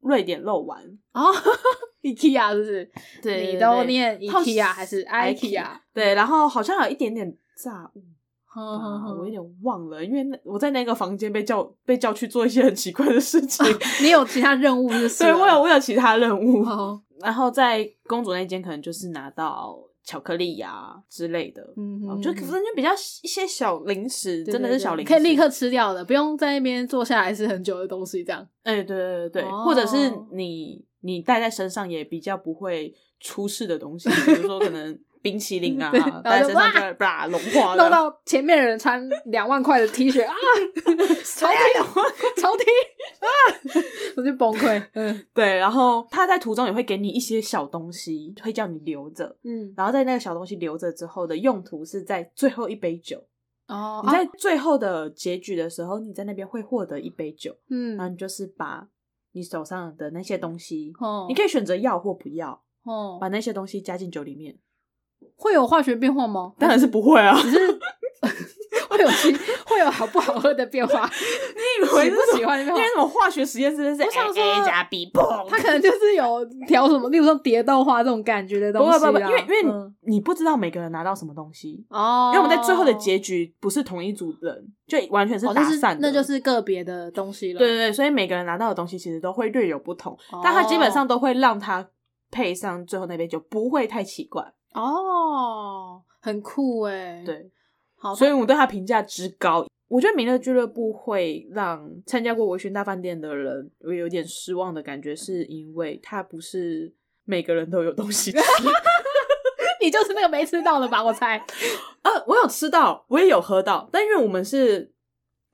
瑞典肉丸。
哦 ，IKEA 是不是？
对
你
对
都
对
念
好
IKEA 还是 IKEA？
对，然后好像有一点点炸物吧，
哼嗯哼哼
我有点忘了，因为那我在那个房间被叫被叫去做一些很奇怪的事情，
你有其他任务哦就是
所以
了
我有我有其他任务。
哦，
然后在公主那间可能就是拿到巧克力呀、之类的，
嗯
哦就可是就比较一些小零食，
对
真的
对
是
对
小零食，
可以立。刻吃掉的，不用在那边坐下来吃很久的东西这样。
哎，对对对对，
哦
或者是你你带在身上也比较不会出事的东西，比如说可 能冰淇淋
对
啊，带在身上
然后就
就会 吧融化了，
弄到前面的人穿两万块的 T 恤啊，
超两万
抽屉啊， 我就崩溃。嗯
对，然后他在途中也会给你一些小东西，会叫你留着。
嗯，
然后在那个小东西留着之后的用途是在最后一杯酒，
哦，
你在
啊
最后的结局的时候，你在那边会获得一杯酒，然后
嗯
你就是把你手上的那些东西，
哦
你可以选择要或不要，
哦
把，那些东西加进酒里面。
会有化学变化吗？
当然是不会啊，
只是会有其会有好不好喝的变化，
你以为
喜
是
不
什
喜
么？
欢的
因
变化
为。什么化学实验室是
我想
A
说
A 加 B 砰，
他可能就是有调什么，例如说蝶豆花这种感觉的东
不
西
会
啦。
不会，因为因为
嗯
你你不知道每个人拿到什么东西，
哦，
因为我们在最后的结局不是同一组人，就完全是
哦，
打
那是
散的、
那就是个别的东西了。
对对对，所以每个人拿到的东西其实都会略有不同，
哦，
但它基本上都会让它配上最后那杯酒，不会太奇怪。
哦，很酷哎。，
对，
好，
所以我对它评价之高。我觉得民乐俱乐部会让参加过《微醺大饭店》的人有有点失望的感觉，是因为它不是每个人都有 东西吃。啊
你就是那个没吃到的吧？我猜。
呃，我有吃到，我也有喝到，但因为我们是，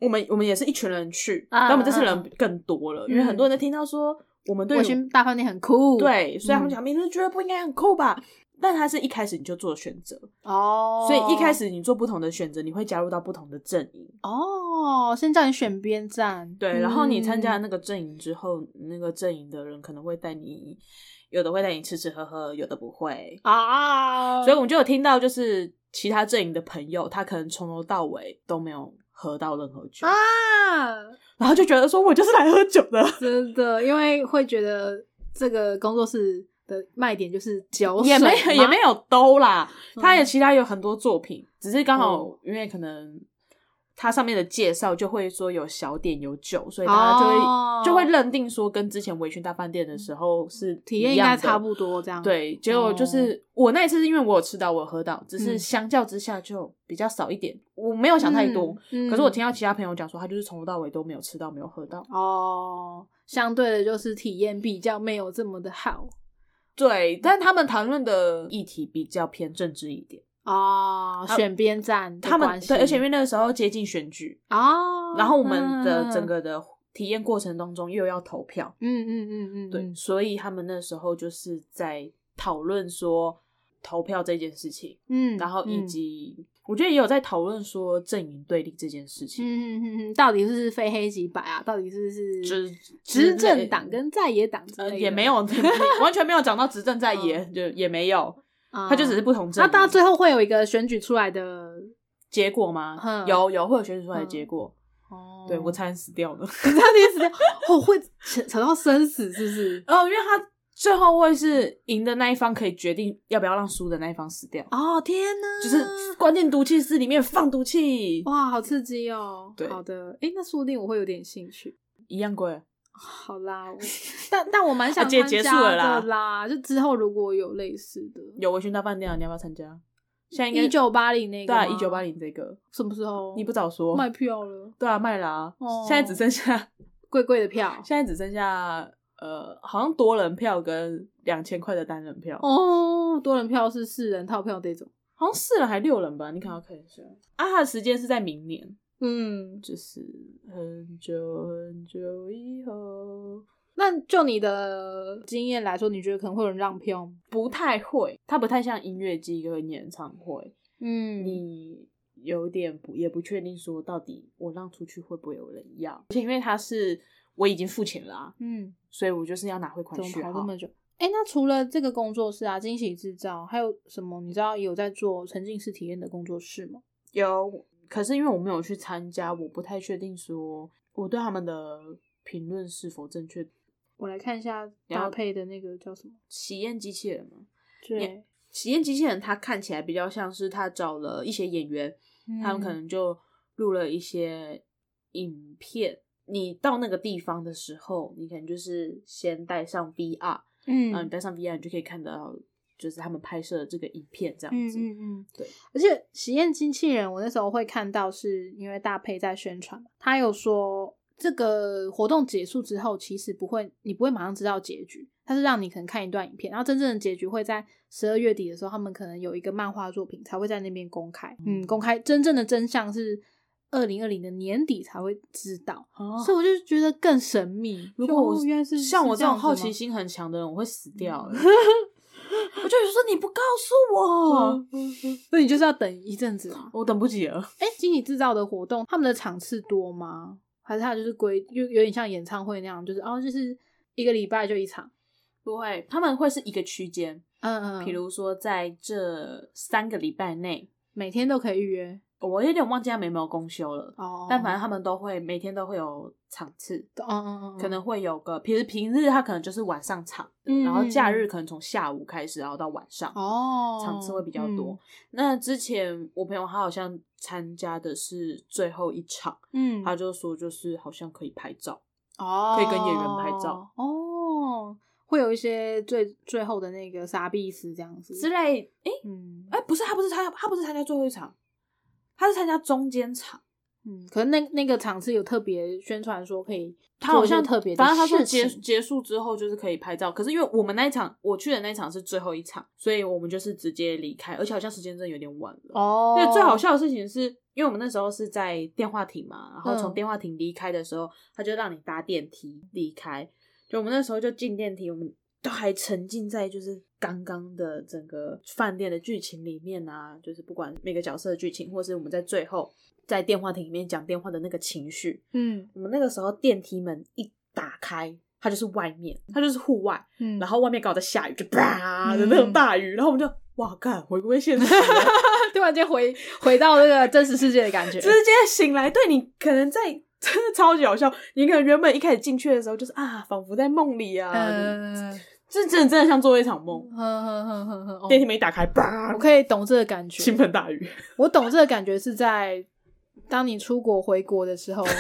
我们我们也是一群人去，
啊
但我们这次
啊
人更多了，因为
嗯
很多人都听到说我们对
我
于
寻大饭店很酷。，
对，所以他们
嗯
讲明日俱乐部应该很酷吧。但它是一开始你就做选择，
哦，
所以一开始你做不同的选择，你会加入到不同的阵营。
哦，先叫你选边站。
对，然后你参加了
嗯
那个阵营之后，那个阵营的人可能会带你，有的会带你吃吃喝喝，有的不会。
啊，
所以我们就有听到，就是其他阵营的朋友，他可能从头到尾都没有喝到任何酒，
啊，
然后就觉得说我就是来喝酒 的，
真的，因为会觉得这个工作室的卖点就是酒
也
水
没有也
嘛
没有兜啦。
嗯
他也其他有很多作品，只是刚好
哦
因为可能它上面的介绍就会说有小点有酒，所以大家就会、
哦
就会认定说跟之前微醺大饭店的时候是
体验
一
应
样
该
的
差不。多这样。，
对，结果
哦
就是、我那一次是因为我有吃到，我有喝到，只
嗯
是相较之下就比较少一点。我没有想太多，
嗯嗯
可是我听到其他朋友讲说，他就是从头到尾都没有吃到，没有喝到。
哦，相对的就是体验比较没有这么的好
对，但他们谈论的议题比较偏政治一点，
哦，
他
选边站的
啊他们
关系
对，而且因为那个时候接近选举，
哦，
然后我们的整
嗯
个的体验过程当中又要投票，
嗯嗯嗯嗯，
对，
嗯
所以他们那时候就是在讨论说投票这件事情，
嗯，
然后以
嗯
及、我觉得也有在讨论说阵营对立这件事情，
嗯嗯嗯嗯，到底是非黑即白啊？到底是是
执
执
之类
政党跟在野党之类
呃
的
也没有 完全没有讲到执政在野，就也没有，
啊
他就只是不同阵
那
营。
到最后会有一个选举出来的
结果吗？
嗯
有有会有选举出来的
嗯
结果，
哦，
对我差点死掉 了。
你差点死掉，哦，会扯扯到生死是不 是？
哦，因为他最后会是赢的那一方可以决定要不要让输的那一方死掉。
哦天哪，嗯
就是关键毒气室里面放毒气，
哇，好刺激哦！
对
好的，诶，那说不定我会有点兴趣。
一样贵。
好啦， 我哦但但我蛮想
啊
参
结
加
结束了啦
的啦，就之后如果有类似的，
有微醺大饭店啊，你要不要参加？现在应该
一九八零那个
对
吗，
啊，一九八零这个
什么时候？
你不早说，
卖票了，
对啊，卖了啊
哦，
现在只剩下
贵贵的 票
现在只剩下呃，好像多人票跟两千块的单人票，
哦，多人票是四人套票这种，
好像四人还六人吧，你可能要看一下。啊，它的时间是在明年，
嗯，
就是很久很久以后。
那就你的经验来说，你觉得可能会有人让票吗？
不太会，它不太像音乐季跟演唱会，
嗯
你有点不也不确定说到底我让出去会不会有人要，而且因为他是我已经付钱了、啊，
嗯，
所以我就是要拿汇款
怎么
序
跑
号
这。么久？哎、哎，那除了这个工作室啊，惊喜制造，还有什么你知道有在做沉浸式体验的工作室吗？
有，可是因为我没有去参加，我不太确定说我对他们的评论是否正确。
我来看一下搭配的那个叫什么？
喜宴机器人嘛，
对，
喜宴机器人它看起来比较像是他找了一些演员，
嗯
他们可能就录了一些影片。你到那个地方的时候，你可能就是先带上 VR，
嗯
然后你戴上 VR，你就可以看到就是他们拍摄的这个影片这样
嗯
子。
嗯嗯，
对。
而且实验机器人，我那时候会看到，是因为大佩在宣传嘛，他有说这个活动结束之后，其实不会，你不会马上知道结局，它是让你可能看一段影片，然后真正的结局会在十二月底的时候，他们可能有一个漫画作品才会在那边公开，嗯，公开真正的真相是。二零二零的年底才会知道，
哦
所以我就觉得更神秘。如果我原来是
像我
是
这
样
种好
子
奇
吗
心很强的人，我会死掉欸。我就有说你不告诉我，
所以你就是要等一阵子嘛。
我等不及了。
哎，经理制造的活动，他们的场次多吗？还是他就是规，就有点像演唱会那样，就是哦，就是一个礼拜就一场。
不会，他们会是一个区间，
嗯嗯，
比如说在这三个礼拜内，
每天都可以预约
我有点忘记他们有没有公休了。
哦，
但反正他们都会每天都会有场次，
正嗯嗯嗯，
可能会有个平平日他可能就是晚上场的，
嗯
然后假日可能从下午开始，然后到晚上。
哦
场次会比较多。那之前我朋友他好像参加的是最后一场，
嗯，
他
嗯，
就说就是好像可以拍照，
哦，
可以跟演员拍照
哦，会有一些最最后的那个傻逼死这样子
之类。诶
嗯
哎、不是，他不是参，他不是参加最后一场，他是参加中间场。
嗯，可能那那个场次有特别宣传说可以
他
做
好
一些
像
特别的
反
事
正
情，
他说结结束之后就是可以拍照。可是因为我们那一场，我去的那一场是最后一场，所以我们就是直接离开，而且好像时间真的有点晚了。
哦，
对，最好笑的事情是，因为我们那时候是在电话亭嘛，然后
嗯
从电话亭离开的时候，他就让你搭电梯离开。就我们那时候就进电梯，我们都还沉浸在就是刚刚的整个饭店的剧情里面啊，就是不管每个角色的剧情，或是我们在最后在电话亭里面讲电话的那个情绪。
嗯
我们那个时候电梯门一打开，它就是外面，它就是户外，
嗯，
然后外面刚好在下雨，就啪的那种大雨，然后我们就哇，干回归现实了。
突然间回回到那个真实世界的感觉，
直接醒来，对你可能在真的超级好笑。你可能原本一开始进去的时候就是啊，仿佛在梦里啊，
嗯，哦
这真的真的像做一场梦。
呵呵呵呵呵，哦
电梯门一打开，叭
我，可以懂这个感觉
倾。盆大雨，
我懂这个感觉是在当你出国回国的时候，欢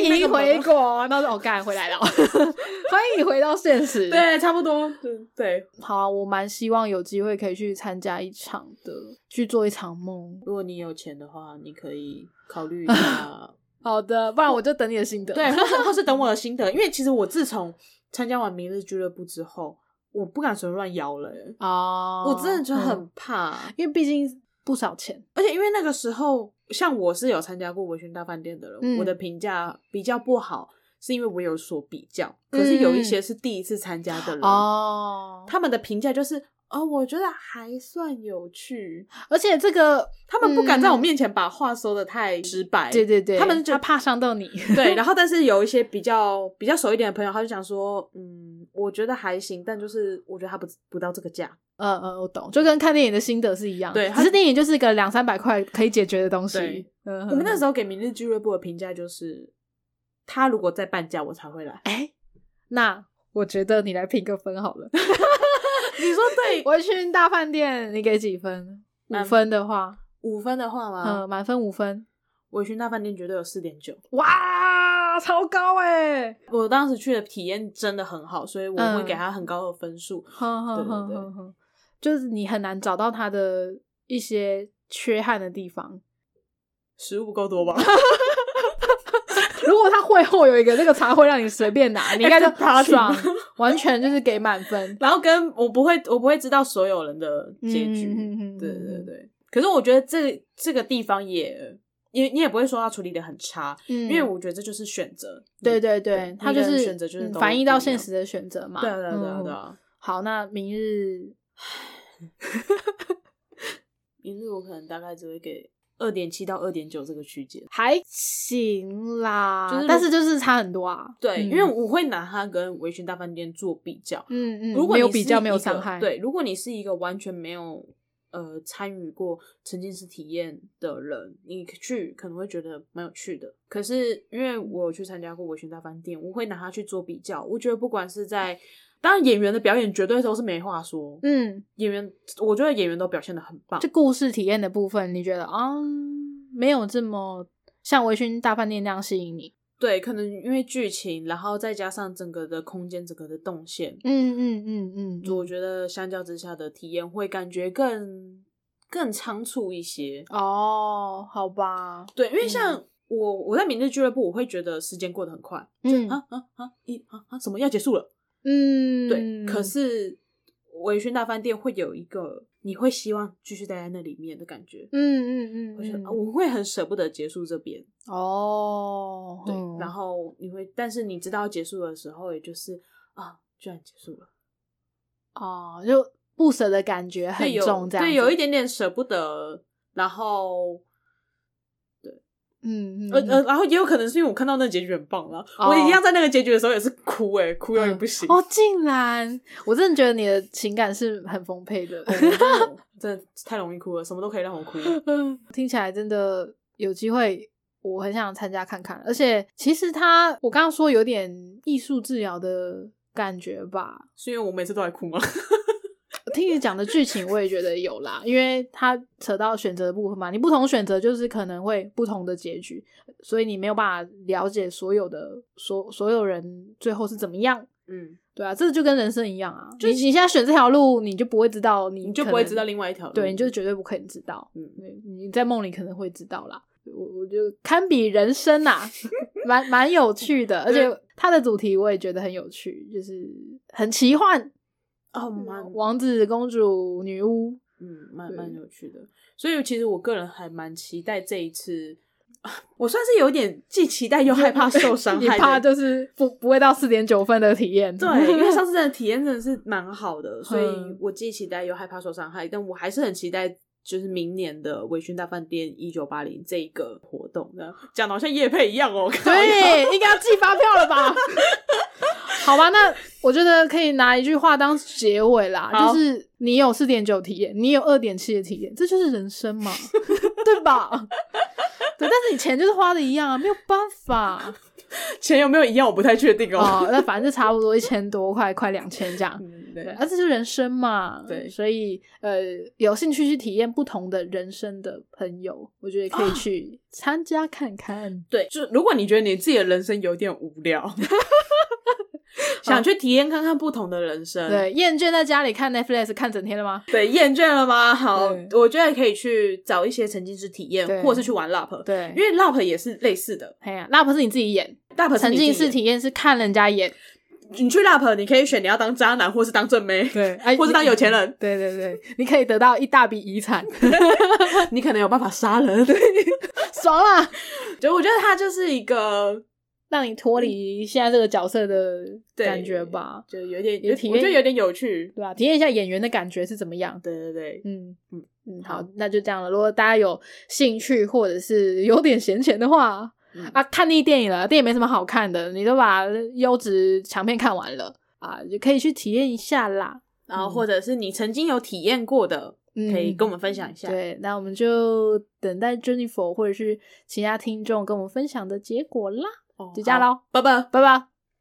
进那
迎
个门
回国，那时候哦，干回来了，欢迎回到现实。，
对，差不多，对对。
好啊，我蛮希望有机会可以去参加一场的，去做一场梦。
如果你有钱的话，你可以考虑一 下，
好的，不然我就等你的心得。
对，或是或是等我的心得，因为其实我自从参加完明日俱乐部之后，我不敢随便乱摇了、欸
哦，
我真的觉得很
嗯，
怕。
因为毕竟不少钱。
而且因为那个时候，像我是有参加过《微醺大饭店》的人，
嗯
我的评价比较不好，是因为我有所比较。可是有一些是第一次参加的人，
嗯哦，
他们的评价就是哦，我觉得还算有趣。
而且这个
他们不敢在我
嗯
面前把话说的太直白，
对对对，
他们就
他怕伤到你。
对，然后但是有一些比较比较熟一点的朋友，他就讲说，嗯，我觉得还行，但就是我觉得他不不到这个价。
嗯嗯，我懂，就跟看电影的心得是一样的，
对
只
它
是电影就是个两三百块可以解决的东西
对。
嗯，
我们那时
候，
候给明日俱乐部的评价就是，他如果再半价，我才会来。
哎，那我觉得你来评个分 好了。
你说对
我去大饭店，你给几分？五
满
分的话，
五分的话吗？
嗯，满分五分，
我去那饭店绝对有四点九。
哇，超高哎！
我当时去的体验真的很好，所以我会
嗯
给他很高的分数。
哼哼
对
哼
对
哼哼，就是你很难找到它的一些缺憾的地 方。
食物不够多吧？
如果他会后有一个那个茶会让你随便拿， 你应该 就
After party
爽，完全就是给满分。
然后跟我不会，我不会知道所有人的结局。
嗯
对对，对。可是我觉得这这个地方也，也你也不会说他处理的很差，
嗯
因为我觉得这就是选择。
对对
对
对，他就
每个人
是
选择就是
嗯
都
反映到
不一样
现实的选择嘛。
对啊对啊对啊
嗯
对。啊！
好，那明日
明日我可能大概只会给二点七到二点九这个区间。
还行啦，
就是如
但是就是差很多啊。
对，
嗯
因为我会拿它跟《微醺大饭店》做比较。
嗯嗯，
如果
没有
你
比
是
较，
一
没有
个
伤害，，
对，如果你是一个完全没有呃参与过沉浸式体验的人，你去可能会觉得蛮有趣的。可是因为我有去参加过《微醺大饭店》，我会拿它去做比较。我觉得不管是在当然演员的表演绝对都是没话说，
嗯，
演员我觉得演员都表现的很棒
这。故事体验的部分，你觉得啊、没有这么像微醺大饭店那样吸引你？
对，可能因为剧情，然后再加上整个的空间、整个的动线，
嗯嗯嗯嗯，
我觉得相较之下的体验会感觉更更仓促一些。
哦，好吧，
对，因为像我、我在明日俱乐部，我会觉得时间过得很快，
嗯
啊啊啊一啊啊什么要结束了？
嗯，
对，可是微醺大饭店会有一个你会希望继续待在那里面的感觉。
嗯嗯嗯
我觉得
嗯，
啊我会很舍不得结束这边，
哦，
对，
嗯
然后你会，但是你知道结束的时候，也就是啊，居然结束了，
哦，就不舍的感觉很
对有
重，这样
对，有一
点，
点点舍不得，然后
嗯嗯
呃呃，
嗯，
然后也有可能是因为我看到那结局很棒啦，
哦
我一样在那个结局的时候也是哭哎、哭到也
嗯
不行。
哦，竟然，我真的觉得你的情感是很丰沛 的，
哦我真的真的太容易哭了，什么都可以让我 哭。嗯
听起来真的有机会，我很想参加看看。而且其实它，我刚刚说有点艺术治疗的感觉吧，
是因为我每次都在哭吗？
听你讲的剧情，我也觉得有啦，因为它扯到选择的部分嘛，你不同选择就是可能会不同的结局，所以你没有办法了解所有的所所有人最后是怎么样。
嗯，
对啊，这就跟人生一样啊，你你现在选这条路，你就不会知道你，
你就不会知道另外一条路
对，你就绝对不可能知道。
嗯，
对你在梦里可能会知道啦。我我就堪比人生呐、蛮蛮有趣的，而且它的主题我也觉得很有趣，就是很奇幻，
哦，蛮
王子、公主、女巫，
嗯蛮
对
蛮有趣的。所以其实我个人还蛮期待这一次，啊我算是有点既期待又害怕 受伤
也
害的。
怕就是不不会到四点九分的体验。
对，因为上次真的体验真的是蛮好的，所以
嗯
我既期待又害怕受伤害，但我还是很期待。就是明年的微醺大饭店一九八零这一个活动，这样讲的好像夜配一样哦。靠
对，应该要寄发票了 吧？好吧，那我觉得可以拿一句话当结尾啦，
好
就是你有四点九体验，你有二点七的体验，这就是人生 嘛，对吧？对，但是你钱就是花的一样啊，没有办法
钱有没有一样，我不太确定 哦。
哦。那反正就差不多一千多块，快两千这样。
嗯，
对，
对，
啊，这就是人生嘛。
对
所以呃，有兴趣去体验不同的人生的朋友，我觉得可以去参加看看。
对，就是如果你觉得你自己的人生有点无聊，想去体验看看不同的人生，
嗯对，厌倦在家里看 Netflix 看整天了吗？
对，厌倦了吗？好
对，
我觉得可以去找一些沉浸式体验
对，
或者是去玩 LAP，
对，
因为 LAP 也是类似的
哎呀，那不是你自己演，
，LAP 是
沉
你
浸
自己
式体验是看人家演，
你去 rap，你可以选你要当渣男，或是当正妹，
对，哎
或是当有钱人，
对对对，你可以得到一大笔遗 产，
你可能有办法杀人。
爽啦！
就我觉得他就是一个，
让你脱离现在这个角色的
对
感觉吧，
就有点，
也体验
我觉得有点有趣。
对吧、体验一下演员的感觉是怎么样。
对对对，
嗯
嗯
嗯，好，那就这样了。如果大家有兴趣或者是有点闲钱的话，
嗯
啊，看腻电影了，电影没什么好看的，你都把优质强片看完了啊，就可以去体验一下啦。
然后或者是你曾经有体验过的，
嗯
可以跟我们分享一下。
对，那我们就等待 Jennifer 或者是其他听众跟我们分享的结果啦。
哦，
就这样
好，
喽，
拜拜。
拜拜。